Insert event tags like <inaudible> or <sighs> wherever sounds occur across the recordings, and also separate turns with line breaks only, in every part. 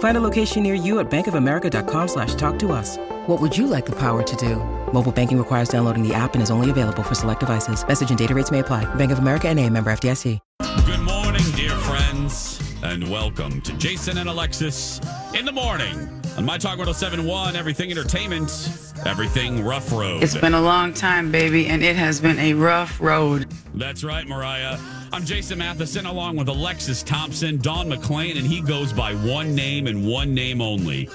Find a location near you at bankofamerica.com slash talk to us. What would you like the power to do? Mobile banking requires downloading the app and is only available for select devices. Message and data rates may apply. Bank of America and a member FDIC.
Good morning, dear friends, and welcome to Jason and Alexis in the morning on My Talk World 71, Everything Entertainment, Everything Rough Road.
It's been a long time, baby, and it has been a rough road.
That's right, Mariah. I'm Jason Matheson along with Alexis Thompson, Don McClain, and he goes by one name and one name only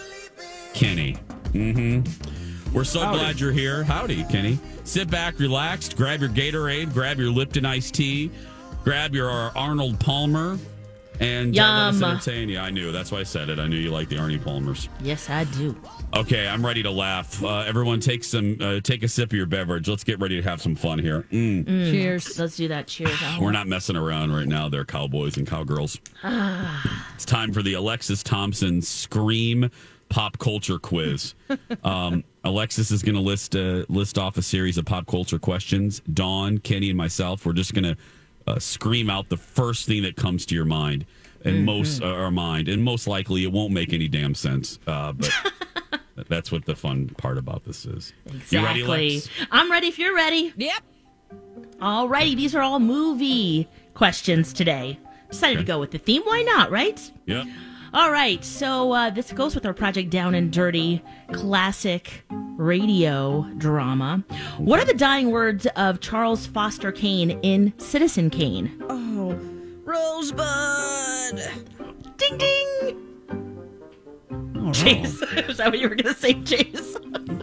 Kenny. Mm hmm. We're so glad you're here. Howdy, Kenny. Sit back, relax, grab your Gatorade, grab your Lipton iced tea, grab your uh, Arnold Palmer, and uh, let us
Yum.
entertain you. I knew. That's why I said it. I knew you like the Arnie Palmers.
Yes, I do.
Okay, I'm ready to laugh. Uh, everyone, take some, uh, take a sip of your beverage. Let's get ready to have some fun here. Mm.
Hmm. Cheers. Let's do that. Cheers.
<sighs> We're not messing around right now. They're cowboys and cowgirls. it's time for the Alexis Thompson Scream Pop Culture Quiz. um, Alexis is going to list uh, list off a series of pop culture questions. Dawn, Kenny, and myself, we're just going to uh, scream out the first thing that comes to your mind and most uh, our mind, and most likely it won't make any damn sense. Uh, but that's what the fun part about this is. You ready,
Exactly.
Lex?
I'm ready if you're ready. Yep. Alrighty, these are all movie questions today. Decided
Okay.
to go with the theme. Why not, right?
Yep.
All right, so uh, this goes with our Project Down and Dirty classic radio drama. What are the dying words of Charles Foster Kane in Citizen Kane? Oh, Rosebud! Ding ding! Chase, <laughs> is that what you were going to say, <laughs> Chase?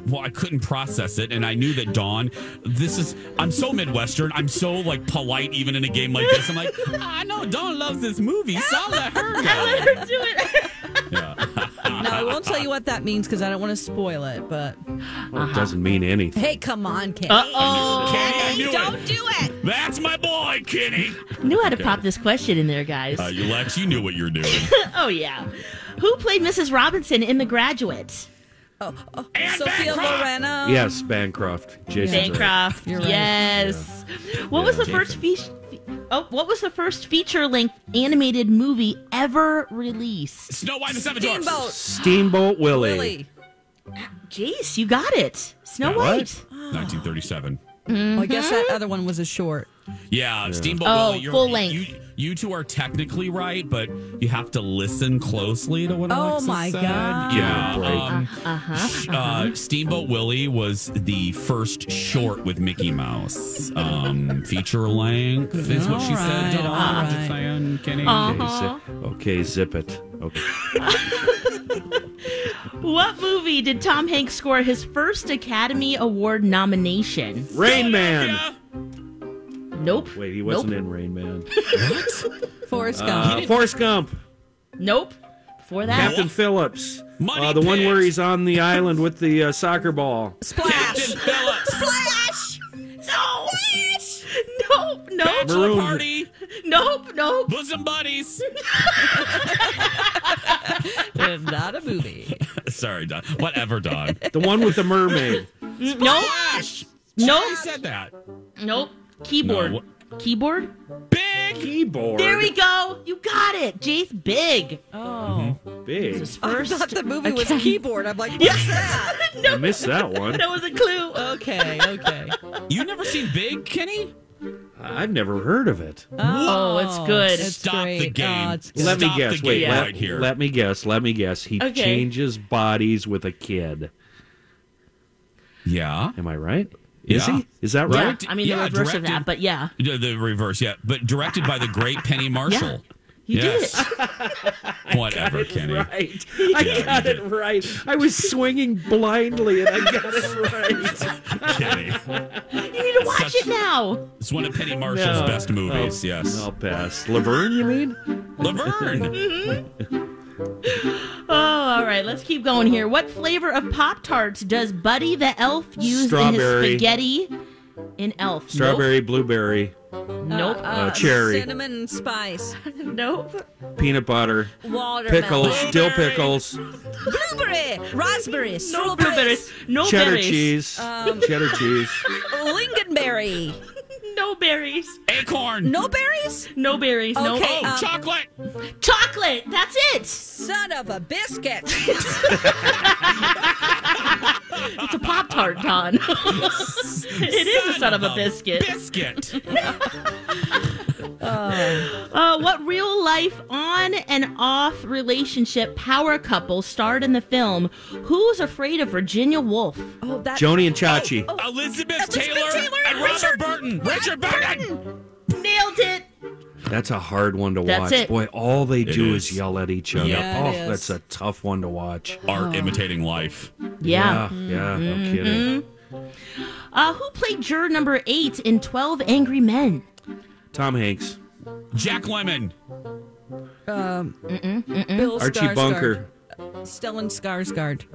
well, I couldn't process it, and I knew that Dawn. This is I'm so Midwestern. I'm so like polite, even in a game like this. I'm like, "Ah, I know Dawn loves this movie, so I'll let her go.
Let her do it.
Now, I won't tell you what that means because I don't want to spoil it, but.
Well, <laughs> it doesn't mean anything.
Hey, come on, Kenny.
Uh-oh.
Kenny, I knew
Don't
it.
do it.
That's my boy, Kenny.
<laughs> Knew how to pop this question in there, guys.
Uh, you Lex, you knew what you were doing.
<laughs>
oh, yeah. Who played Mrs. Robinson in The Graduate?
Sophia Lorena.
Yes, Bancroft. Jason's right.
Bancroft.
You're right.
Yes. What was the first fe- Oh, what was the first feature-length animated movie ever released?
Snow White and the Seven Dwarfs.
Steamboat.
Steamboat Willie.
Really?
Jace, you got it. Snow
Yeah.
White.
1937.
Well, I guess that other one was a short.
Yeah, Steamboat
Oh,
Willie. You're,
full length.
You, you two are technically right, but you have to listen closely to what
Oh
Alexis
my
said.
God.
Yeah.
Give it a break.
um,
Uh-huh.
sh- uh, Steamboat Willie was the first short with Mickey Mouse. Um, feature length is what she said.
All right,
Dawn.
all
I'm just
right.
saying, Kenny.
Okay, zip, okay, zip it. Okay.
What movie did Tom Hanks score his first Academy Award nomination?
Rain Man.
Yeah.
Nope.
Wait, he wasn't
nope.
in Rain Man.
Forrest
<laughs> Uh,
Gump.
Forrest Gump.
Nope. Before that,
Captain Phillips.
Money
uh, the one
Pit.
where he's on the island with the uh, soccer ball.
Splash.
<laughs>
Captain Phillips.
Splash.
no. Nope. Nope.
Bachelor
Maroon.
Party.
Nope. Nope.
Bosom Buddies.
Not a movie.
Sorry, Don. Whatever, Don.
The one with the mermaid.
Nope.
He
Nope.
said that.
Nope. Keyboard.
No.
Keyboard.
Big.
Keyboard.
There we go. You got it. Jace Big.
Oh.
Big.
His
I
first.
thought the movie was
Academy-
keyboard. I'm like, what's that?
I missed that
<laughs> <laughs>
one.
That was a clue.
<laughs> Okay, okay.
You never seen Big, Kenny?
I've never heard of it.
Oh, it's good.
It's
Stop the
great.
game.
Oh, it's good.
let me
Stop
guess.
the
Wait,
game
let,
right here.
let me guess. Let me guess. He
Okay.
changes bodies with a kid.
Yeah.
Am I right? Is
Yeah.
he? Is that right?
Yeah, I mean
Yeah,
the reverse of
directed-
that, but yeah,
The, the reverse, yeah. But directed by the great Penny Marshall.
he <laughs> did
yes.
<laughs>
Whatever, Kenny.
Right. I
Yeah,
got
you
it right. I was swinging blindly and I got <laughs> it right.
Kenny.
it. You need to watch
Such-
it now.
It's one of Penny Marshall's
No.
best movies, yes.
I'll pass. Laverne, you mean?
Laverne.
Oh, all right, let's keep going here. What flavor of Pop Tarts does Buddy the Elf use in
Strawberry.
his spaghetti? In Elf,
Strawberry, blueberry,
Nope.
Uh,
Nope.
uh,
cherry.
Cinnamon and spice.
nope.
peanut butter,
Watermelon.
pickles, dill pickles,
Blueberry. Raspberry.
No
Strawberries.
blueberries. No
cheddar
berries.
cheese,
Um,
cheddar cheese,
Lingonberry.
No berries.
Acorn.
No berries?
No berries. No.
Okay,
Oh,
um,
Chocolate.
chocolate. That's it.
Son of a biscuit.
It's a Pop Tart, Don. <laughs> it is a son of a biscuit.
Biscuit.
Uh, what real life on and off relationship power couple starred in the film Who's Afraid of Virginia Woolf?
<laughs> oh, that.
Joni and Chachi.
Oh,
Elizabeth
Elizabeth
Taylor,
Taylor
and
and
Robert
Richard-
Burton.
Rob
Richard Burton.
Nailed it.
That's a hard one to
That's
watch.
it.
Boy, all they do
is.
is. yell at each other.
Yeah, it
oh,
is.
that's a tough one to watch.
Art imitating life.
Yeah.
Yeah, yeah, no
Mm-hmm.
kidding.
Uh, who played juror number eight in 12 Angry Men?
Tom Hanks,
Jack Lemon.
Bill
Archie
Skarsgård.
Bunker,
Stellan Skarsgård.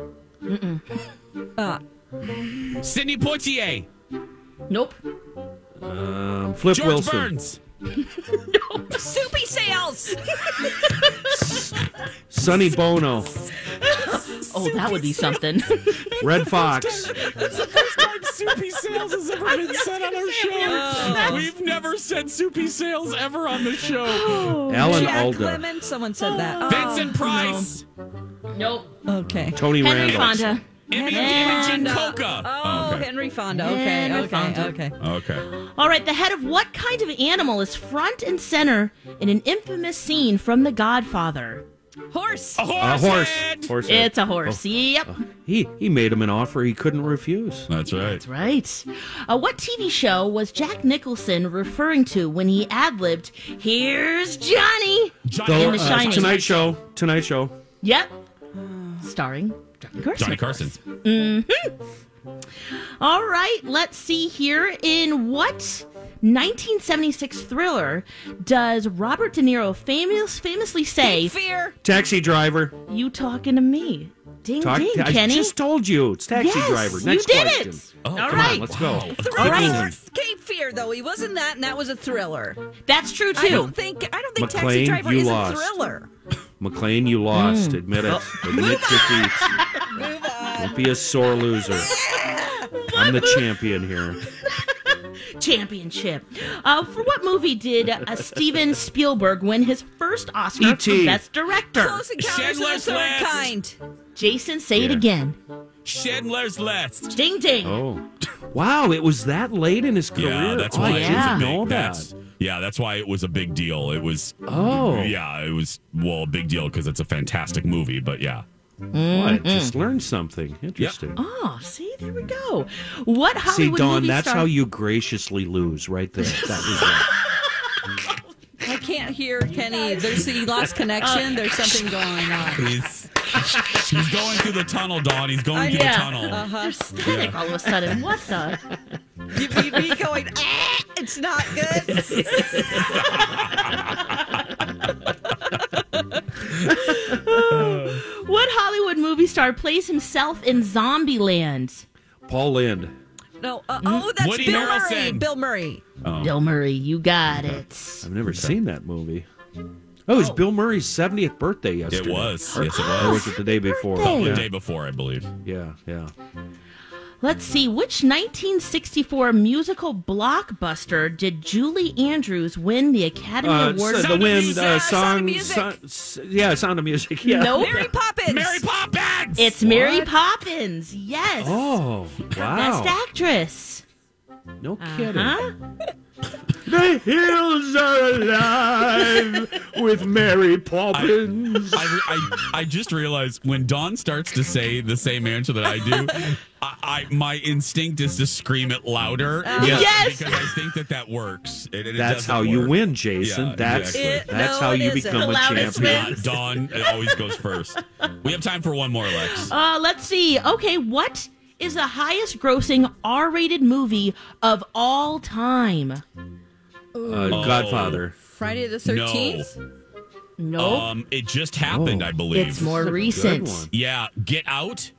Sidney Poitier.
Nope.
um, Flip
George
Wilson,
Burns.
Soupy Sales. <laughs>
Sonny Bono,
Oh, that would be <laughs> something.
Red Fox.
Soupy Sales has ever been said on our show. We've never said Soupy Sales ever on the show.
Alan
Jack
Alda,
Lemmon. Someone said that.
Vincent Price.
nope.
Okay.
Tony
Henry
Randall.
Fonda.
Imi- Imogen Coca.
Oh,
okay.
Henry Fonda. Okay,
Henry
okay,
Fonda.
okay.
Okay.
All right, the head of what kind of animal is front and center in an infamous scene from The Godfather?
Horse.
A horse. Oh.
A horse.
head.
horse head.
It's a horse. Yep.
He he made him an offer he couldn't refuse.
That's right.
That's right. Uh, what TV show was Jack Nicholson referring to when he ad libbed, Here's Johnny?
Johnny,
In The
uh,
Shining.
Tonight Show. Tonight Show.
Yep. Starring Johnny Carson.
Johnny Carson.
All right, let's see here. In what 1976 thriller does Robert De Niro famous, famously say,
Fear.
Taxi driver.
You talking to me? Ding,
Talk-
ding,
I
Kenny.
just told you it's taxi
Yes,
driver.
you
Next
did
question.
it.
Oh,
All
come on,
right.
Let's go.
Three
right.
Fourths Cape Fear, though he wasn't that, and that was a thriller.
That's true,
I
too.
don't think I don't think Taxi
McLean,
Driver
you
is
lost.
a thriller.
McLean, you lost.
Mm.
Admit it. Admit defeat.
Move on.
Don't be a sore
<laughs>
loser. I'm the champion here.
Championship. Uh, for what movie did uh, Steven Spielberg win his first Oscar
E.T..
for Best Director?
Close Encounters of the
Schindler's
Third
List.
Kind.
Jason, say it
Yeah.
again.
Schindler's List.
Ding ding.
Oh, wow! It was that late in his career.
Yeah, that's
oh,
why
I
it
didn't
yeah.
was a
know
big, that's,
that.
yeah, that's why it was a big deal. It was
Oh,
Yeah, it was well a big deal because it's a fantastic movie. But yeah,
Well, I just learned something interesting.
Oh, see, there we go. What
See,
Hollywood
Dawn,
movie
that's
star?
how you graciously lose, right there. That
<laughs>
was it.
I can't hear Kenny. There's he lost connection. There's something going on.
he's he's going through the tunnel, Don. He's going
Uh,
through
yeah.
the tunnel.
They're static all of a sudden.
<laughs>
What the?
You would be going, ah, it's not <laughs> good.
What Hollywood movie star plays himself in Zombieland?
Paul Lind.
No. Uh, oh, that's
Woody
Bill Murray.
Harrelson.
Bill Murray.
Oh.
Bill Murray, you got it.
I've never seen that movie. Oh, it was Bill Murray's 70th birthday
it
yesterday.
was. Yes, it
Or
was.
was it the day before?
birthday.
The
Yeah,
day before, I believe.
yeah, yeah.
Let's see. Which 1964 musical blockbuster did Julie Andrews win the Academy
Uh,
Award?
so
for?
the wind,
Music,
uh,
Sound of
song,
Music.
son- s- yeah, sound of music. Yeah.
Nope.
Mary Poppins.
Mary Poppins.
It's Mary Poppins. Yes.
Oh, wow.
Best Uh-huh. actress.
No kidding.
Huh?
The hills are alive with Mary Poppins.
I, I, I just realized when Dawn starts to say the same answer that I <laughs> do, I, I my instinct is to scream it louder.
Yes. Yes.
because I think that that works. It- it
That's
doesn't
how you
work.
win, Jason.
Yeah,
that's
exactly. It-
that's
no,
how
it
you
isn't.
become
The
a
loudest
champion.
wins.
Dawn it always goes first. We have time for one more, Lex.
Uh, let's see. Okay, what is the highest grossing R rated movie of all time?
Uh, Godfather.
Friday the 13th?
Nope.
Um, it just happened,
Oh.
I believe.
Oh. it's more
Good
recent.
one.
yeah, Get Out.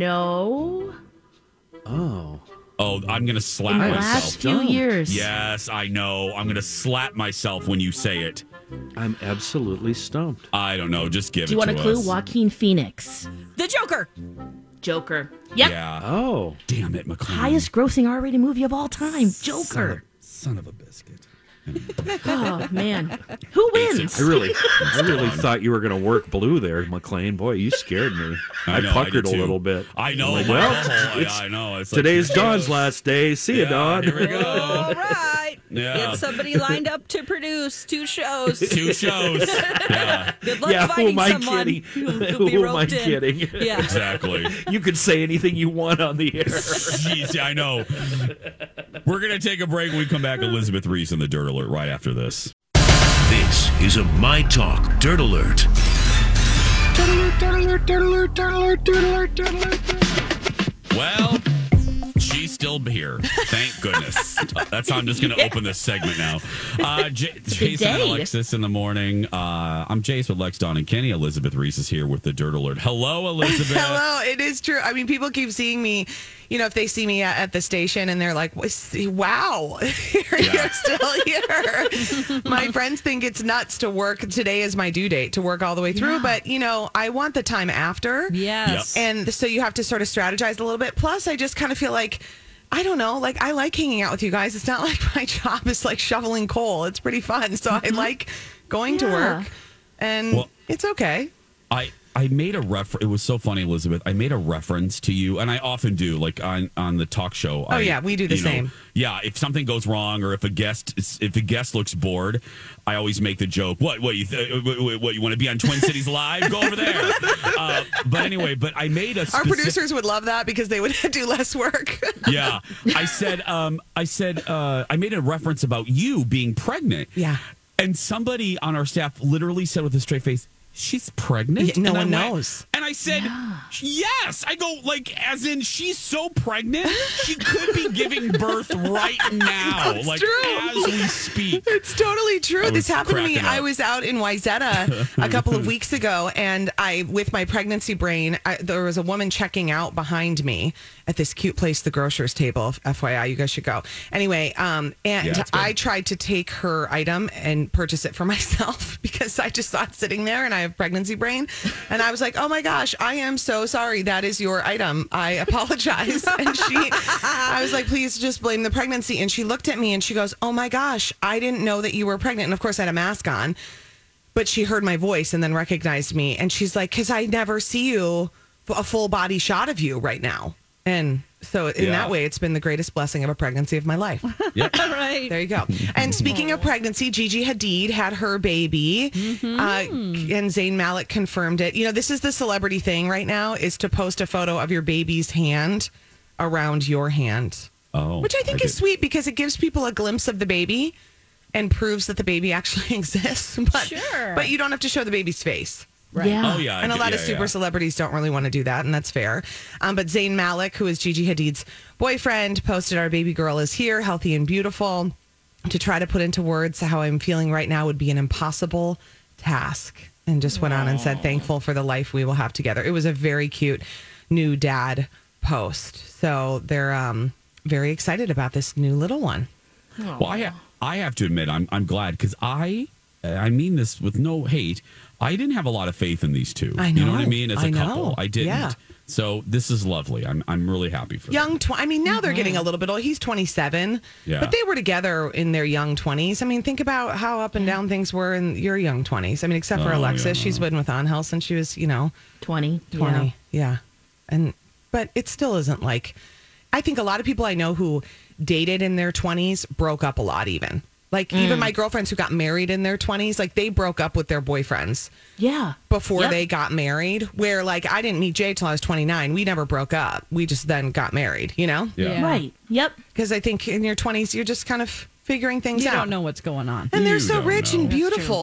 No.
Oh,
Oh, I'm gonna slap
In the
myself.
last few
Don't.
years.
Yes, I know. I'm gonna slap myself when you say it.
I'm absolutely stumped.
I don't know. Just give it
Do you want
to
a clue?
us.
Joaquin Phoenix.
The Joker.
Joker. Yep.
Yeah.
Oh,
Damn it, McLean.
Highest grossing R rated movie of all time. Joker.
Son of a biscuit.
Oh, man. Who wins?
I
<laughs>
really, I really thought you were going to work blue there, McLean. Boy, you
<laughs>
scared me. I,
know,
puckered
did
a
too.
little bit.
I know.
Like,
my
well,
butthole. <laughs>
it's-
I, I know. It's like-
Today's Dawn's last day. See you,
Yeah,
Dawn.
Here we go.
All right.
Yeah.
Oh.
Get somebody lined up to produce two shows.
Two
<laughs>
shows. Yeah,
<laughs>
Good luck
<laughs> Yeah, who
finding
am I
someone.
kidding? <laughs>
You'll- you'll be
Who am I
roped in.
kidding?
Yeah.
exactly.
<laughs> You could say anything you want on the
<laughs>
air.
Jeez, I know. We're going to take a break when we come back. Elizabeth Reese and the Dirt Alert right after this.
This is a My Talk Dirt Alert.
Well, she's still here. Thank goodness. That's how I'm just going to open this segment now. Uh, J- Jason and
day.
Alexis in the morning. Uh, I'm Jace with Lex, Don, and Kenny. Elizabeth Reese is here with the Dirt Alert. Hello, Elizabeth.
Hello, it is true. I mean, people keep seeing me, you know, if they see me at, at the station and they're like, wow, <laughs>
Yeah.
you're still here. my friends think it's nuts to work. Today is my due date to work all the way through, but, you know, I want the time after.
Yes.
And so you have to sort of strategize a little bit. Plus, I just kind of feel like, I don't know, like I like hanging out with you guys. It's not <laughs> like my job is like shoveling coal. It's pretty fun. So I like going to work and
Well-
it's okay.
I I made a reference. It was so funny, Elizabeth. I made a reference to you, and I often do, like on on the talk show. Oh
yeah, we do the same.
yeah, if something goes wrong or if a guest if a guest looks bored, I always make the joke. What what you th- what, what, what, you want to be on Twin Cities Live? Go over there.
<laughs>
Uh, but anyway, but I made a
Our
specific-
producers would love that because they would <laughs> do less work.
yeah. I said, um, I said, uh, I made a reference about you being pregnant.
Yeah.
And somebody on our staff literally said with a straight face, "She's pregnant."
Yeah, no
And I
one
went-
knows.
and I said, "Yes." I go like, as in, she's so pregnant, she could be giving birth right
<laughs>
now,
it's
like
true.
as we speak.
<laughs> It's totally true.
I was
This happened to me.
cracking up.
I was out in Wyzetta a couple
<laughs>
of weeks ago, and I, with my pregnancy brain, I, there was a woman checking out behind me at this cute place, the grocer's table. FYI, you guys should go. Anyway, um, and
Yeah, it's good.
I tried to take her item and purchase it for <laughs> myself because I just saw it sitting there, and I have pregnancy brain, and I was like, "Oh my gosh, I am so sorry. That is your item. I apologize." <laughs> and she, I was like, "Please just blame the pregnancy." And she looked at me and she goes, "Oh my gosh, I didn't know that you were pregnant." And of course, I had a mask on but she heard my voice and then recognized me and she's like because i never see you a full body shot of you right now and so in
Yeah.
that way it's been the greatest blessing of a pregnancy of my life
Yep.
All right.
there you go and speaking of pregnancy gigi hadid had her baby
Mm-hmm.
uh, and zayn malik confirmed it you know this is the celebrity thing right now is to post a photo of your baby's hand around your hand
Oh,
which I think is
did-
sweet because it gives people a glimpse of the baby and proves that the baby <laughs> actually exists. But
Sure.
but you don't have to show the baby's face.
Yeah.
Oh yeah, I
and a
did-
lot of
yeah,
super
yeah.
celebrities don't really want to do that, and that's fair. Um, but Zayn Malik, who is Gigi Hadid's boyfriend, posted, "Our baby girl is here, healthy and beautiful." To try to put into words how I'm feeling right now would be an impossible task, and just went on and said, "Thankful for the life we will have together." It was a very cute new dad post, so they're um, very excited about this new little one.
Well, I, ha- I have to admit, I'm, I'm glad because I, I mean this with no hate. I didn't have a lot of faith in these two.
I
You know what I
know.
mean? As a
I know.
couple, I didn't.
Yeah.
So this is lovely. I'm, I'm really happy for them.
young tw- i mean now they're getting a little bit old he's 27
Mm-hmm. Yeah.
but they were together in their young 20s i mean think about how up and down things were in your young 20s i mean except for
Oh,
alexis
yeah.
she's been with angel since she was you know
20.
20
Yeah.
yeah. and but it still isn't like i think a lot of people i know who dated in their 20s broke up a lot even Like even
Mm.
my girlfriends who got married in their 20s, like they broke up with their boyfriends
Yeah.
before
Yep.
they got married. Where like I didn't meet Jay till I was 29. We never broke up. We just then got married, you know?
Yeah.
Right. Yep.
Because I think in your 20s you're just kind of figuring things
You
out.
don't know what's going on.
And they're
You
so
don't
rich
know.
and
That's
beautiful.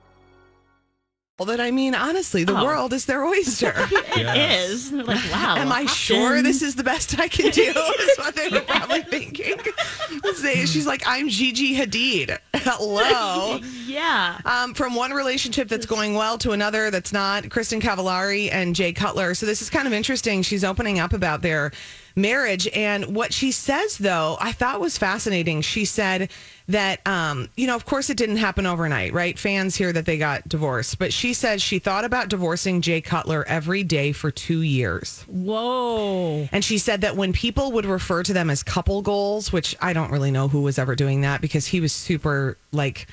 That I mean, honestly, the
Oh.
world is their oyster.
Yes.
It is. They're like, wow.
<laughs> Am I sure this is the best I can do? Is what they were probably thinking. They- She's like, I'm Gigi Hadid. Hello.
Yeah.
Um, from one relationship that's going well to another that's not, Kristen Cavallari and Jay Cutler. So this is kind of interesting. She's opening up about their marriage. And what she says, though, I thought was fascinating. She said that, um, you know, of course it didn't happen overnight, right? Fans hear that they got divorced. But she says she thought about divorcing Jay Cutler every day for two years.
Whoa.
And she said that when people would refer to them as couple goals, which I don't really know who was ever doing that because he was super like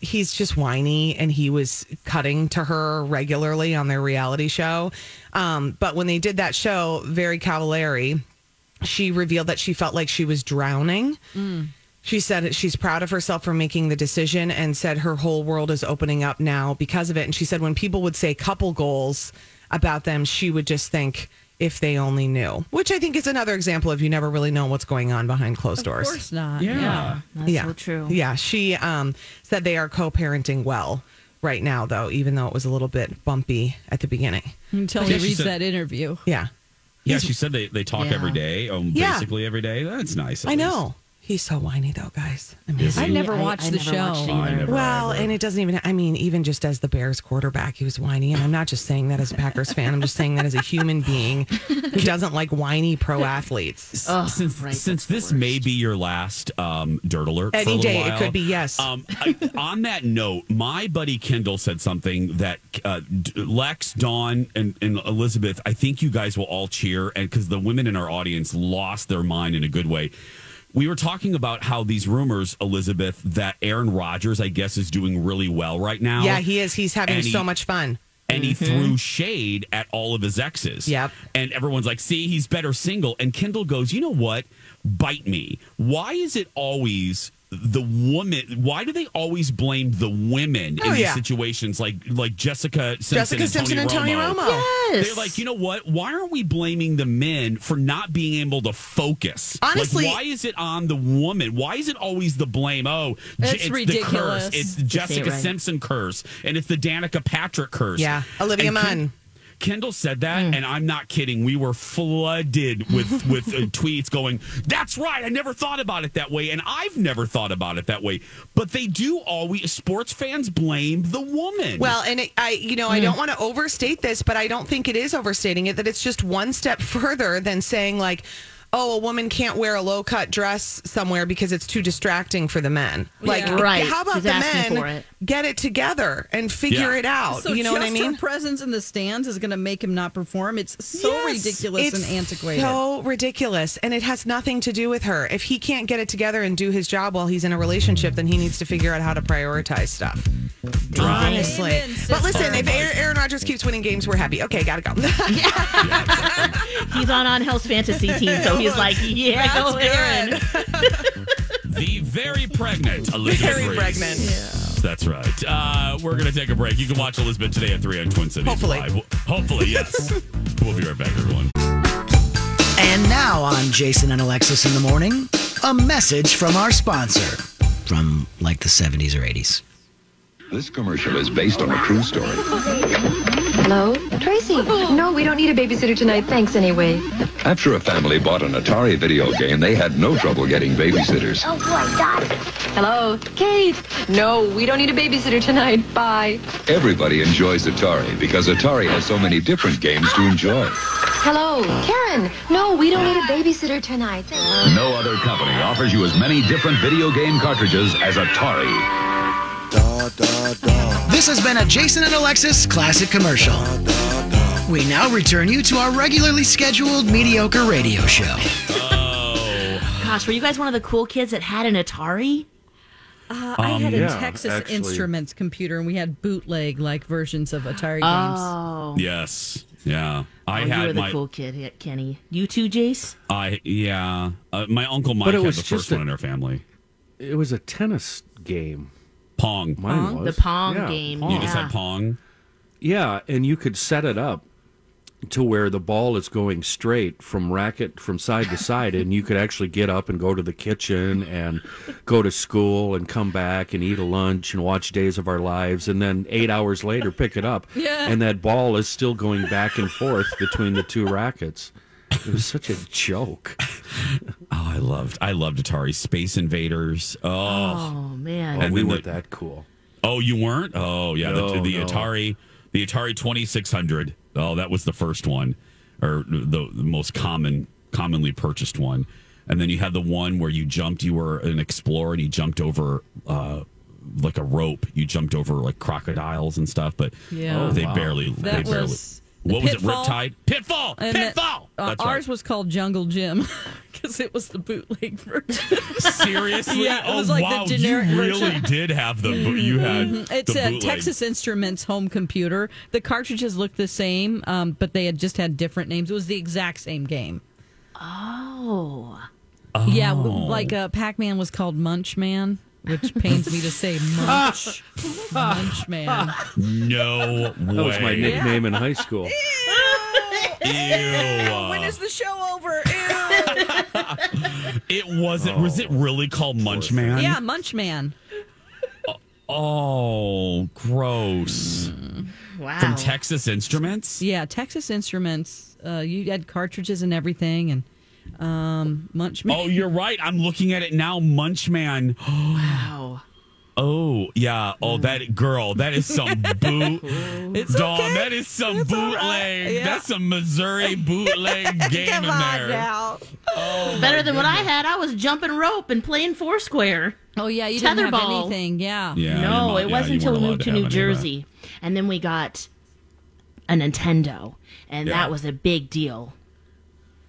he's just whiny and he was cutting to her regularly on their reality show. Um, but when they did that show, very Cavallari, she revealed that she felt like she was drowning. She said that she's proud of herself for making the decision and said her whole world is opening up now because of it. And she said when people would say couple goals about them, she would just think if they only knew, which I think is another example of you never really know what's going on behind closed
Of
doors.
course not.
Yeah.
That's
yeah.
so true.
Yeah. She um, said they are co parenting well right now, though, even though it was a little bit bumpy at the beginning.
Until
Yeah,
he
she
reads
said-
that interview.
Yeah.
Yeah, she said they, they talk
Yeah.
every day, um,
Yeah.
basically every day. That's nice. at
I
least.
know. He's so whiny, though, guys. I mean,
Is
I
he?
never watched the show.
I never-
Well,
Right, right.
and it doesn't even, I mean, even just as the Bears quarterback, he was whiny. And I'm not just saying that as a Packers fan, I'm just saying that as a human being who doesn't like whiny pro athletes.
Ugh,
since
right,
since this
that's the
may be your last um, dirt alert for a
Any
little
day, it
while,
could be, yes.
Um, I, <laughs> on that note, my buddy Kendall said something that uh, D- Lex, Dawn, and, and Elizabeth. I think you guys will all cheer, and because the women in our audience lost their mind in a good way. We were talking about how these rumors, Elizabeth, that Aaron Rodgers, I guess, is doing really well right now.
Yeah, he is. He's having
And he-
so much fun.
and he threw shade at all of his exes.
Mm-hmm. Yep.
And everyone's like, see, he's better single. And Kendall goes, you know what? Bite me. Why is it always the woman? Why do they always blame the women
Oh,
in these
yeah.
situations like like Jessica Simpson,
Jessica
and,
Simpson
Tony
and Tony Romo.
Yes.
They're like, you know what? Why aren't we blaming the men for not being able to focus? Like,
Honestly-
why is it on the woman? Why is it always the blame? Oh, J-
It's
it's the
ridiculous.
curse. It's Jessica
right.
Simpson curse, and it's the Danica Patrick curse.
Yeah. Olivia
And Ken-
Munn.
Kendall said that,
Mm.
and I'm not kidding. We were flooded
<laughs>
with with uh, tweets going, "That's right. I never thought about it that way, and I've never thought about it that way." But they do always. Sports fans blame the woman.
Well, and it, I, you know, I don't want to overstate this, but I don't think it is overstating it that it's just one step <laughs> further than saying like, oh, a woman can't wear a low cut dress somewhere because it's too distracting for the men. Like,
Yeah.
Right.
How about
She's
the
asking
men
for it.
get it together and figure
Yeah.
it out?
So
Oh, you know
just
what I mean?
her presence in the stands is going to make him not perform. It's so
Yes.
ridiculous
It's
and antiquated.
So ridiculous, and it has nothing to do with her. If he can't get it together and do his job while he's in a relationship, then he needs to figure out how to prioritize stuff. Honestly,
Amen, sister.
but listen, if Aaron, Aaron Rodgers keeps winning games, we're happy. Okay, gotta go.
He's on on Hell's fantasy team, so he's like, yeah, go Aaron.
the very
<laughs>
pregnant Elizabeth
Very
Reese.
pregnant.
That's right. Uh, we're going to take a break. You can watch Elizabeth today at 3 on Twin Cities.
Hopefully.
Live. Hopefully,
<laughs>
yes. we'll be right back, everyone.
And now on Jason and Alexis in the morning, a message from our sponsor from like the 70s or 80s.
This commercial is based on a true story.
Hello? Tracy. No, we don't need a babysitter tonight. Thanks anyway.
After a family bought an Atari video game, they had no trouble getting babysitters.
Oh boy, God. Hello? Kate. No, we don't need a babysitter tonight. Bye.
Everybody enjoys Atari because Atari has so many different games to enjoy.
Hello? Karen. No, we don't need a babysitter tonight.
No other company offers you as many different video game cartridges as Atari.
This has been a Jason and Alexis classic commercial. We now return you to our regularly scheduled mediocre radio show.
Gosh, were you guys one of the cool kids that had an Atari?
Uh, I
Um,
had a
yeah,
Texas
actually.
Instruments computer, and we had bootleg like versions of Atari
Oh.
Yes. Yeah. I
oh, you
had
were the
my
cool kid, yeah, Kenny. You too, Jace?
I yeah. Uh, my uncle Mike
it
had
was
the
just
first one
a-
in our family.
It was a tennis game.
Pong.
Mine
Pong?
was.
The Pong game,
You
Oh,
just
yeah.
had Pong.
Yeah, and you could set it up to where the ball is going straight from racket from side to side and you could actually get up and go to the kitchen and go to school and come back and eat a lunch and watch days of our lives and then 8 hours later pick it up
Yeah.
and that ball is still going back and forth between the two rackets it was such a joke
Oh, I loved I loved Atari Space Invaders. Oh,
Oh, man.
Oh, we
then
weren't
the-
that cool
Oh, you weren't? Oh, yeah. the
No,
the
no.
Atari, the Atari Twenty Six Hundred. Oh, that was the first one, or the, the most common, commonly purchased one. And then you had the one where you jumped. You were an explorer and you jumped over uh, like a rope. You jumped over like crocodiles and stuff. But
Yeah. Oh,
they
wow.
barely.
That
they barely.
was the
what was it?
Pitfall.
Riptide. Pitfall.
And that-
Pitfall.
uh,
That's right.
ours was called Jungle Gym <laughs> because it was the bootleg <laughs> version.
Seriously?
yeah, it
oh
was like
wow!
the generic
you
version.
really did have the. bo- You had.
Mhm. It's
Uh, the
a
bootleg.
Texas Instruments home computer. The cartridges looked the same, um, but they had just had different names. It was the exact same game.
Oh.
Yeah, w-
Oh.
like uh, Pac Man was called Munch Man, which pains me to say Munch. Munch Man.
No way.
<laughs> that was my nickname in high
<laughs>
school
<laughs>
Ew.
the show over?
<laughs> It wasn't. was it really called
Oh.
Munch Man?
yeah, Munch Man.
Oh, gross.
Wow.
From Texas Instruments?
Mm. Yeah, Texas Instruments. Uh, you had cartridges and everything, and um, Munch Man.
Oh, you're right. I'm looking at it now. Munch Man. wow. Oh, yeah. Oh,
Mm.
that girl. That is
<laughs>
some boot.
It's
Dawn,
okay.
that is some bootleg.
Yeah.
That's some Missouri bootleg game
<laughs> Come
in
on
there.
now.
Oh,
Better
my
than what I
goodness.
had. I was jumping rope and playing foursquare.
Oh yeah, you didn't have anything, yeah. Yeah, you're
no,
not-
it
yeah,
wasn't
you
until we
weren't allowed
moved
to
to
have
New
any of that.
Jersey, and then we got a Nintendo, and
Yeah.
that was a big deal.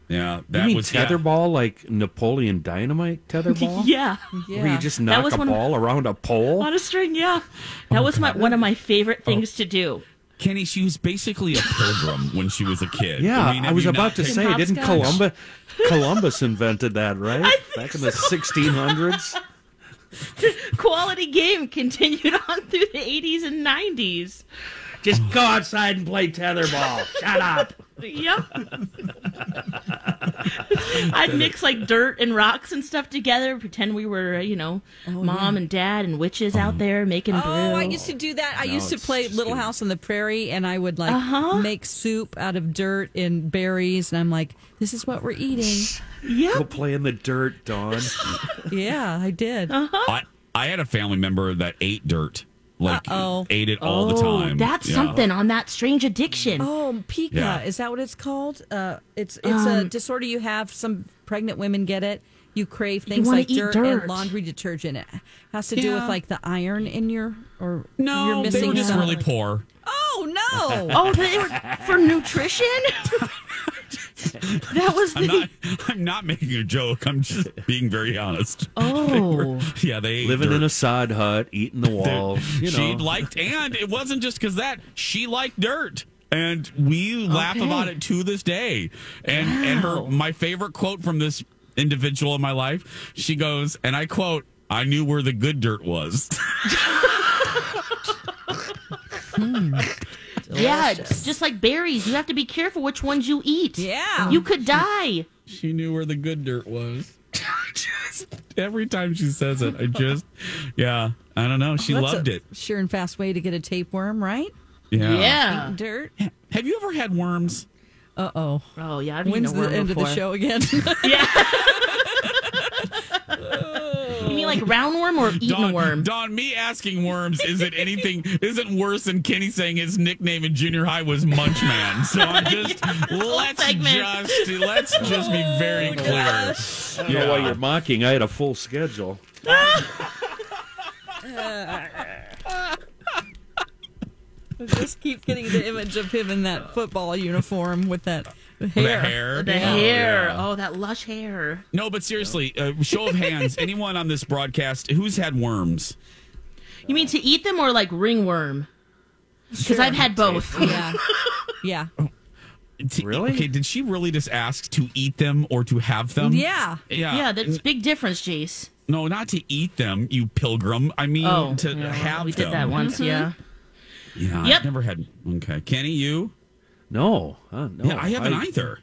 Yeah,
you
that
mean
was yeah.
tetherball like Napoleon Dynamite tetherball?
<laughs> yeah,
Where you just knock a
one of-
ball around a pole?
on a string. Yeah, that
Oh,
was my one of my favorite things to do.
Kenny, she was basically a pilgrim when she was a kid.
Yeah, I,
mean, have
was
you not
about to
taken-
say, didn't Columbus <laughs> Columbus invented that, right? Back in the 1600s?
Quality game continued <laughs> on through the eighties and nineties.
Just go outside and play tetherball. Shut up.
<laughs>
Yep. I'd mix like dirt and rocks and stuff together, pretend we were, you know, mom
Oh, yeah.
and dad and witches
Um,
out there making brew.
Oh, I used to do that. I
No,
used to
it's
play
just
Little
gonna-
House on the Prairie, and I would like
Uh-huh.
make soup out of dirt and berries, and I'm like, "This is what we're <laughs> eating."
Go play in the dirt, Dawn.
yeah, I did.
I, I had a family member that ate dirt, like
Uh-oh.
ate it all the
Oh,
time.
that's
Yeah.
something on that strange addiction.
Oh, pica
Yeah.
is that what it's called? Uh, it's it's a
Um,
disorder you have. Some pregnant women get it. You crave
You
things
wanna
like
eat
dirt,
dirt.
and laundry detergent. It has to do with
Yeah.
like the iron in your or
No,
you're missing
Oh, they were just
some-
really poor.
Oh
<laughs>
no!
<laughs> Oh, they were for nutrition. that was
I'm
the
not, <laughs> I'm not making a joke. I'm just being very honest. <laughs> They were-
oh.
yeah, they ate
Living
dirt.
in a sod hut, eating the walls. You
She
know.
liked, and it wasn't just because that she liked dirt, and we laugh
Okay.
about it to this day. And and her my favorite quote from this individual in my life, she goes, and I quote, "I knew where the good dirt was." <laughs>
Yeah, it's just like berries. You have to be careful which ones you eat.
Yeah.
You could die.
she knew where the good dirt was. Just- Every time she says it, I just Yeah, I don't know. She
That's
loved
a
it.
Sure and fast way to get a tapeworm, right?
Yeah.
Uh,
Eating dirt.
Have you ever had worms?
Uh oh.
Oh yeah. I've
When's
eaten a worm
the end of
before.
the show again? <laughs>
You mean like roundworm or eaten
Don,
worm?
Don, me asking worms isn't anything <laughs> isn't worse than Kenny saying his nickname in junior high was Munch Man. So
<laughs>
I'm just let's
segment. Oh,
just let's just be very clear.
I don't know why you're mocking. I had a full schedule.
I just keep getting the image of him in that football uniform with that hair.
hair?
The
Oh,
hair.
yeah.
Oh, that lush hair.
No, but seriously, uh, show of
<laughs>
hands, anyone on this broadcast who's had worms?
You mean to eat them or like ringworm? Because I've had both. <laughs>
Yeah. Yeah.
To- Okay, did she really just ask to eat them or to have them?
yeah.
Yeah.
that's big difference, Jace.
No, not to eat them, you pilgrim. I mean
Oh,
to
yeah,
have
we
them.
did that once, yeah.
Yeah,
Yep.
I've never had. Okay, Kenny, you?
No, uh, no,
Yeah, I haven't
I-
either.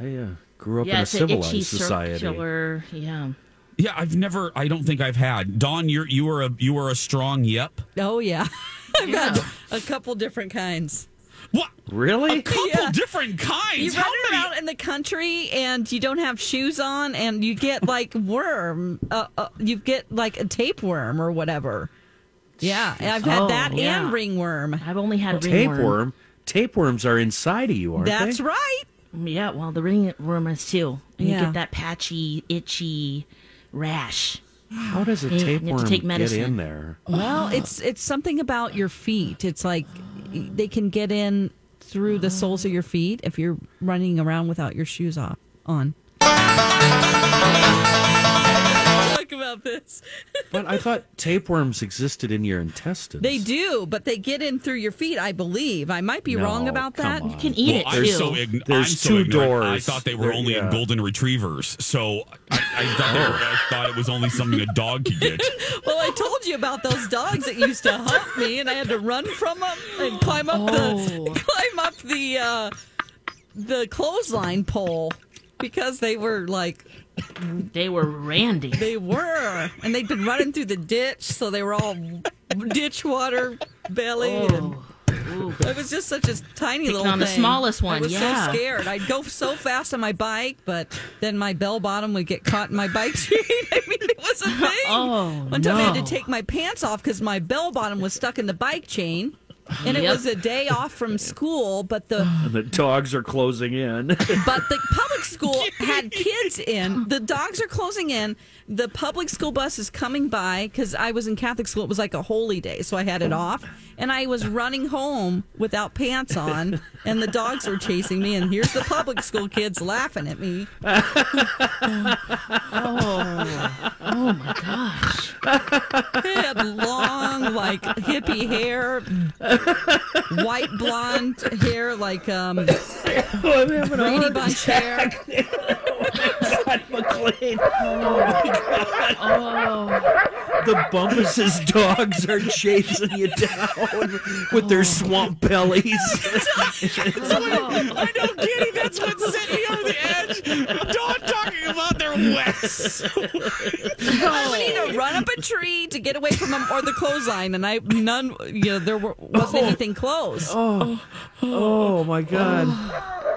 I uh, grew up
yeah,
in a
it's an itchy
civilized society.
circular. Yeah.
Yeah, I've never. I don't think I've had. Don, you're you are a you are a strong yep.
Oh yeah. <laughs> I've had a couple different kinds.
What?
Really?
A couple
Yeah.
different kinds.
You
How
run
many?
around in the country and you don't have shoes on and you get like worm. Uh, uh, you get like a tapeworm or whatever. Yeah, I've had
Oh,
that
yeah.
and ringworm.
I've only had ringworm.
Tapeworm. Tapeworms are inside of you, aren't
That's
they?
right.
Yeah, well, the ringworm is too. And You
Yeah.
get that patchy, itchy rash.
How does a
Yeah, you have to
tapeworm
take
get
medicine.
in there?
Well, it's it's something about your feet. It's like they can get in through the soles of your feet if you're running around without your shoes off on. Talk about this.
But I thought tapeworms existed in your intestines.
They do, but they get in through your feet, I believe. I might be
No,
wrong about
come
that.
on.
You can eat it
well,
too.
I'm so, ign-
There's
I'm so
two
ignorant. I
doors.
thought they were
There-
only
yeah. Oh.
in golden retrievers, so I, I, thought they were, I thought it was only something a dog could
<laughs>
get.
Well, I told you about those dogs that used to hump me, and I had to run from them and climb up
Oh.
the <laughs> climb up the uh, the clothesline pole because they were like
They were randy.
They were, and they'd been running through the ditch, so they were all ditch water belly.
Oh. Ooh.
And it was just such a tiny
Picking
little
on the
thing.
smallest one,
I was
yeah.
so scared. I'd go so fast on my bike, but then my bell bottom would get caught in my bike <laughs> chain. I mean, it was a thing.
<laughs> Oh,
One time I had
no.
to take my pants off because my bell bottom was stuck in the bike chain. And it
Yep.
was a day off from school, but the
And the dogs are closing in.
but the public school had kids in. The dogs are closing in. The public school bus is coming by because I was in Catholic school. It was like a holy day, so I had it off. And I was running home without pants on, and the dogs were chasing me. And here's the public school kids laughing at me.
Oh, oh my gosh.
They had long, like hippie hair, white blonde hair, like um, Brady Bunch hair.
<laughs> the Bumpus' dogs are chasing you down with their swamp bellies.
I know, Kitty, that's what set me over the edge. Don talking about their wets.
I would either run up a tree to get away from them or the clothesline, and I none. You know, there were, wasn't anything close.
Oh, oh my God!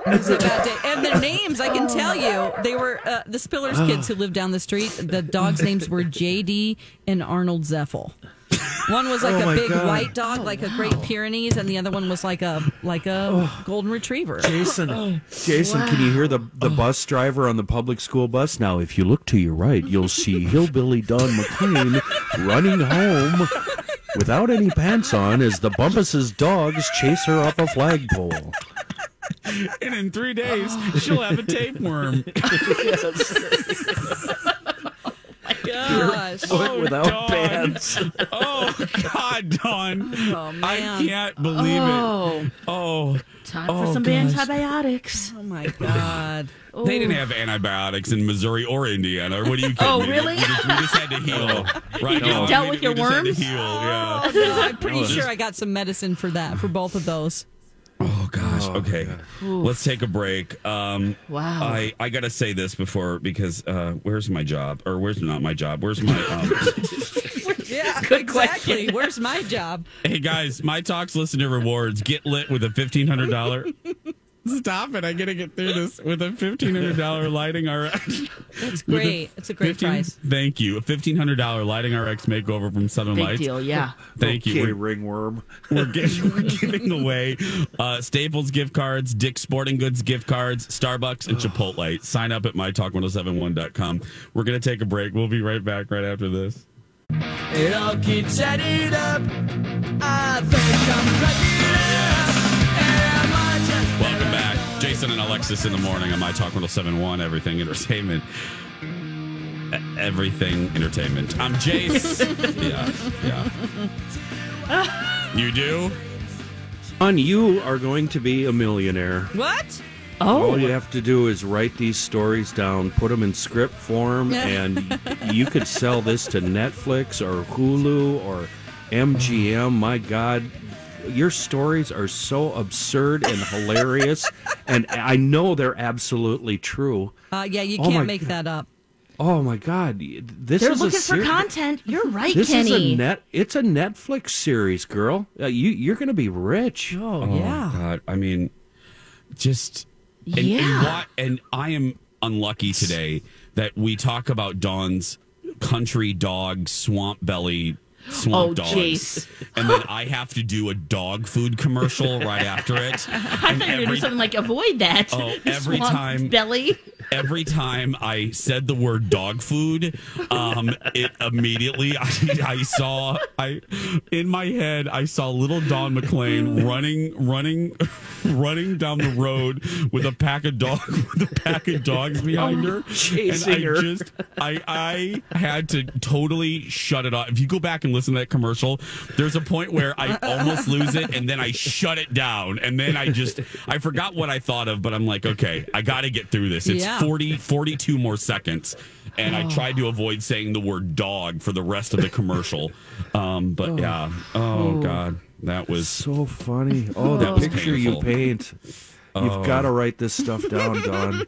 It's a bad day. And their names, I can tell you, they were uh, the Spillers kids who lived down the street. The dogs' names were JD and Arnold Zeffel. One was like
Oh,
a
my
big
God.
white dog, like a Great Pyrenees, and the other one was like a like a golden retriever.
Jason, Jason, can you hear the the bus driver on the public school bus now? If you look to your right, you'll see hillbilly Don McLean running home without any pants on as the Bumpus' dogs chase her up a flagpole.
And in three days, she'll have a
<laughs>
tapeworm.
Gosh.
Foot without
Don.
pants.
Oh, God, Don.
Oh
I
man.
can't believe
Oh,
it. Oh,
time
Oh,
for some
gosh.
antibiotics.
Oh my god.
they didn't have antibiotics in Missouri or Indiana. What do you
<laughs>
kidding
Oh,
me?
really?
We just, we just had to <laughs> heal. Right
just
now,
dealt
we-
with
we
your
just had to
worms?
heal, yeah.
No, I'm pretty
Oh, No,
sure
just-
I got some medicine for that for both of those.
<laughs> Oh gosh. okay. Let's take a break. Um,
Wow.
I I gotta say <laughs> this before because uh, where's my job or where's not my job? Where's my um,
good
Exactly.
question.
Where's my job?
Hey guys, my talks listen to rewards. Get lit with a fifteen hundred dollar. <laughs> Stop it! I gotta get through this with a fifteen hundred dollar lighting <laughs> RX. With
It's
a
great. It's a great
15
prize.
Thank you. A fifteen hundred dollar lighting RX makeover from Southern
Big
Lights.
deal, yeah.
Thank you.
Okay,
We're-
ringworm.
We're, giving, <laughs> we're giving away uh, Staples gift cards, Dick's Sporting Goods gift cards, Starbucks, and Chipotle. Sign up at mytalk1071.com. We're gonna take a break. We'll be right back right after this.
It all keeps adding up. I think I'm cracking up. And am I just
Welcome back. Jason and Alexis in the morning on My Talk 1071, Everything Entertainment. E- Everything Entertainment. I'm
<laughs>
Jace. yeah, yeah. You do?
On you are going to be a millionaire.
What?
Oh,
All you have to do is write these stories down, put them in
<laughs>
script form, and you could sell this to Netflix or Hulu or MGM. My God, your stories are so absurd and
<laughs>
hilarious, and I know they're absolutely true.
Uh, yeah, you
Oh
can't
my
make
God.
that up.
Oh my God, this
They're
is
looking
a ser-
for content.
<laughs>
You're right,
This
Kenny.
is a net. It's a Netflix series, girl. Uh, you you're gonna be rich.
Oh,
my God. I mean, just. And, and
Yeah.
why- and I am unlucky today that we talk about Dawn's country dog swamp belly swamp
Oh,
dogs. <laughs>
Jace.
And then I have to do a dog food commercial right after
<laughs>
it.
I thought you were going to do something like avoid that. <laughs>
Oh, every
Swamp
time- <laughs>
belly.
every time I said the word dog food, um, it immediately <laughs> I, I saw I in my head I saw little Don McLean running running <laughs> running down the road with a pack of dog <laughs> with a pack of dogs behind her.
Chasing
and I
her.
just I I had to totally shut it off. If you go back and listen to that commercial, there's a point where I almost lose it and then I shut it down and then I just I forgot what I thought of, but I'm like, okay, I got to get through this. It's
Yeah.
40 42 more seconds. And I tried to avoid saying the word dog for the rest of the commercial. Um, but yeah. Oh god. That was
so funny. Oh,
That
the
was
picture
painful.
you paint.
Oh.
You've got to write this stuff down, Don.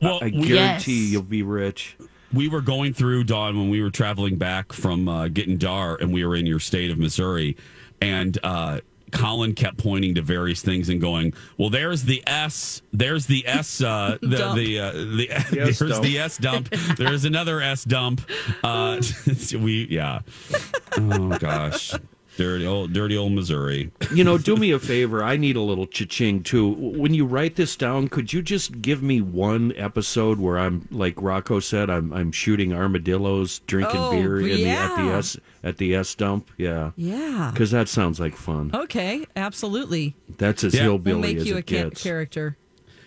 Well,
I
we-
guarantee you'll be rich.
We were going through Don when we were traveling back from uh, getting dar, and we were in your state of Missouri, and uh, Colin kept pointing to various things and going, "Well, there's the S, there's the S,
<laughs>
uh, the
Dump.
the uh,
<laughs>
the
S
there's
dump.
the S dump, there's another S dump." Uh, <laughs> we yeah, oh gosh, dirty old dirty old Missouri.
You know, do me a favor. I need a little cha-ching too. When you write this down, could you just give me one episode where I'm like Rocco said, I'm I'm shooting armadillos, drinking
Oh,
beer in the, at the
yeah.
S at the S dump? Yeah.
Yeah.
Because that sounds like fun.
Okay, absolutely.
That's as hillbilly
We'll make
as
you
it
a ca-
gets.
character.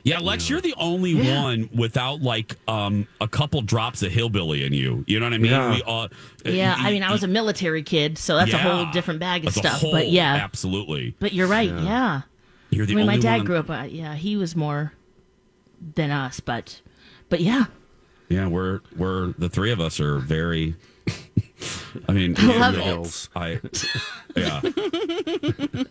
Yeah, Lex, you're the only
Yeah.
one without like um, a couple drops of hillbilly in you. You know what I mean?
Yeah.
We all, uh,
Yeah,
you-
I mean, I was a military kid, so that's a
Yeah.
whole different bag of
That's a
stuff.
whole-
but yeah,
absolutely.
but you're right. Yeah,
You're the
I mean,
only
my dad
one.
grew up. Uh, yeah, he was more than us, but but yeah,
Yeah, we're we're the three of us are very. I mean,
<laughs> I love
yeah,
it.
hills. I yeah.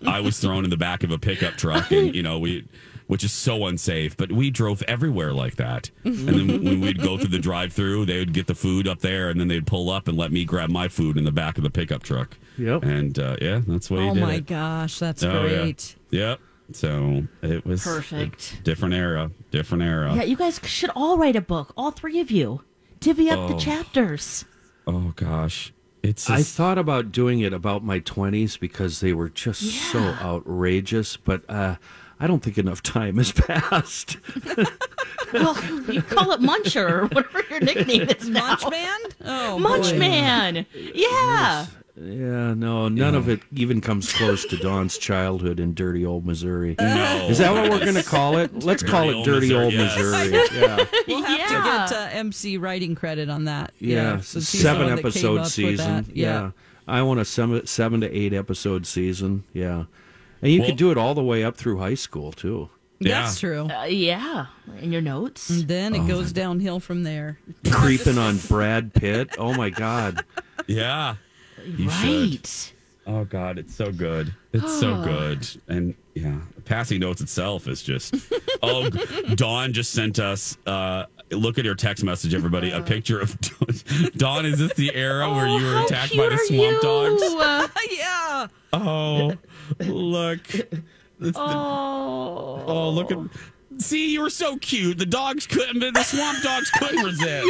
I was thrown in the back of a pickup truck, and you know we. Which is so unsafe, but we drove everywhere like that. And then
<laughs>
when we'd go through the drive-through, they would get the food up there, and then they'd pull up and let me grab my food in the back of the pickup truck.
Yep.
And uh, yeah, that's what he
Oh
did.
my
it.
gosh, that's
Oh, yeah.
great.
<laughs> Yep. So it was a
Perfect.
different era. Different era.
yeah. You guys should all write a book, all three of you. Divvy up the
Oh.
chapters.
Oh gosh, it's.
I thought about doing it about my twenties because they were just so outrageous, but uh, I don't think enough time has <laughs> passed.
Well, you call it Muncher
<laughs>
or whatever your nickname is now.
Munchman? Oh, boy.
Munchman. Yeah.
yeah, no, none of it even comes close to Don's childhood in dirty old Missouri.
No.
is that what we're going to call it? Let's
Oh. Dirty
call
Old
it dirty
Missouri,
old
yes.
Missouri. Yeah.
We'll have
Yeah.
to get uh, MC writing credit on that.
Yeah,
since he's the
seven
one that came up
episode
with
season.
that.
Yeah. I want a seven, seven to eight episode season. Yeah, and you could do it all the way up through high school too.
That's true.
Uh, yeah. In your notes.
And then it goes downhill from there. <laughs>
creeping on Brad Pitt. Oh my God.
<laughs> Yeah. You
right.
Oh God, it's so good. It's so good. And
<laughs>
yeah, passing notes itself is just. oh, Dawn just sent us uh, Look at her text message, everybody.
Uh-huh.
A picture of Dawn. <laughs> Is this the
Oh,
era where
Oh,
you were
how
attacked
cute
by the
are
swamp
you?
dogs?
yeah.
Oh, look.
<laughs>
It's the-
<laughs> oh.
look at. See, you were so cute. The dogs couldn't. The swamp dogs
<laughs>
couldn't resist.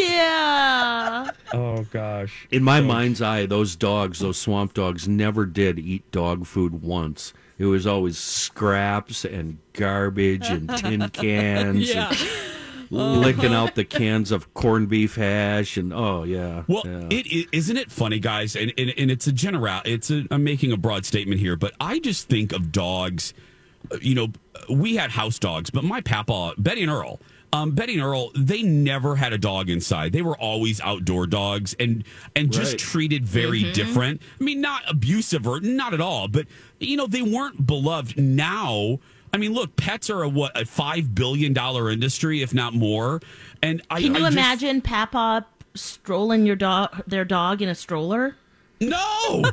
Yeah.
Oh gosh.
In my mind's eye, those dogs, those swamp dogs, never did eat dog food once. It was always scraps and garbage and tin cans.
Yeah.
And Licking out the cans of corned beef hash and oh yeah.
Well,
yeah.
it is, isn't it funny, guys? And and, and it's a general. It's a. I'm making a broad statement here, but I just think of dogs. uh, You know, we had house dogs, but my papa, Betty and Earl. Um, Betty and Earl, they never had a dog inside. They were always outdoor dogs, and and just
Right.
treated very
Mm-hmm.
Mhm.
different. I mean, not abusive or not at all, but you know, they weren't beloved. Now, I mean, look, pets are a what a five billion dollar industry, if not more. And I
Can you
I just-
imagine Papa strolling your dog, their dog in a stroller?
No.
<laughs>
oh,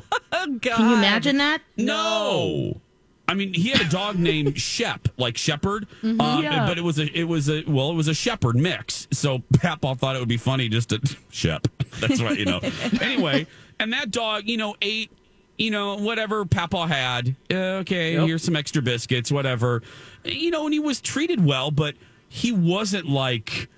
God.
Can you imagine that?
No. I mean, he had a dog named Shep, like Shepherd,
Mhm.
uh,
Yeah.
but it was a it was a well, it was a Shepherd mix. So Papaw thought it would be funny just to <laughs> Shep. That's right, you know. anyway, and that dog, you know, ate, you know, whatever Papaw had. Uh, Okay,
Yep.
here's some extra biscuits, whatever, you know. And he was treated well, but he wasn't like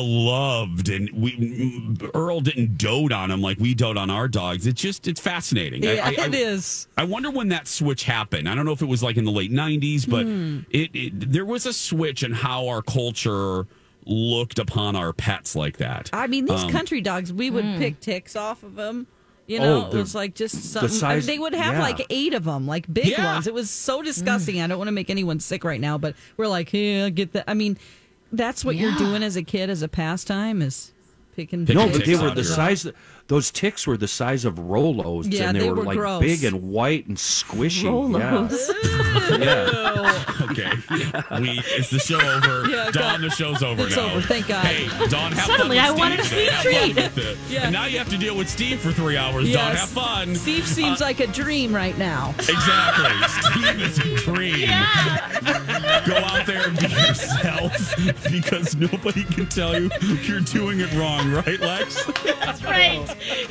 beloved and we earl didn't dote on him like we dote on our dogs it's just it's fascinating I-
Yeah,
I- I-
<laughs> it is.
I wonder when that switch happened. I don't know if it was like in the late '90s, but
Hmm.
it, it there was a switch in how our culture looked upon our pets like that.
I mean, these
Um,
country dogs, we would pick ticks off of them. You know,
Oh,
it
the-
was like just
the
something. I mean,
size-
they would have
yeah.
like eight of them, like big
Yeah. Mm.
ones. It was so disgusting. I don't want to make anyone sick right now, but we're like, yeah, get that. I mean, that's what you're
Yeah.
doing as a kid as a pastime is picking.
no,
ticks
but they were
off
the
your-
size. Those ticks were the size of Rolos,
Yeah,
and they,
they
were,
were
like
gross.
big and white and squishy.
<laughs> Rolos.
Yeah. yeah.
<laughs>
<laughs>
okay, we it's the show over.
Yeah,
Dawn,
God.
the show's over
It's
now.
over, thank God.
Hey, Dawn, have
Suddenly I
fun. with
wanted a
Steve
sweet
today. Have
treat.
fun with it.
Yeah.
And now you have to deal with Steve for three hours. Dawn,
Yes.
have fun.
<laughs>
Uh,
Steve seems like a dream right now. <laughs>
Exactly. Steve is a dream. Go out there and be yourself <laughs> because nobody can tell you you're doing it wrong, right, Lex?
That's <laughs> right.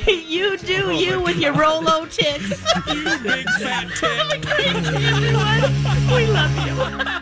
You
Oh
do you with your Rolo ticks. <laughs>
you big fat tick.
Everyone, we love you.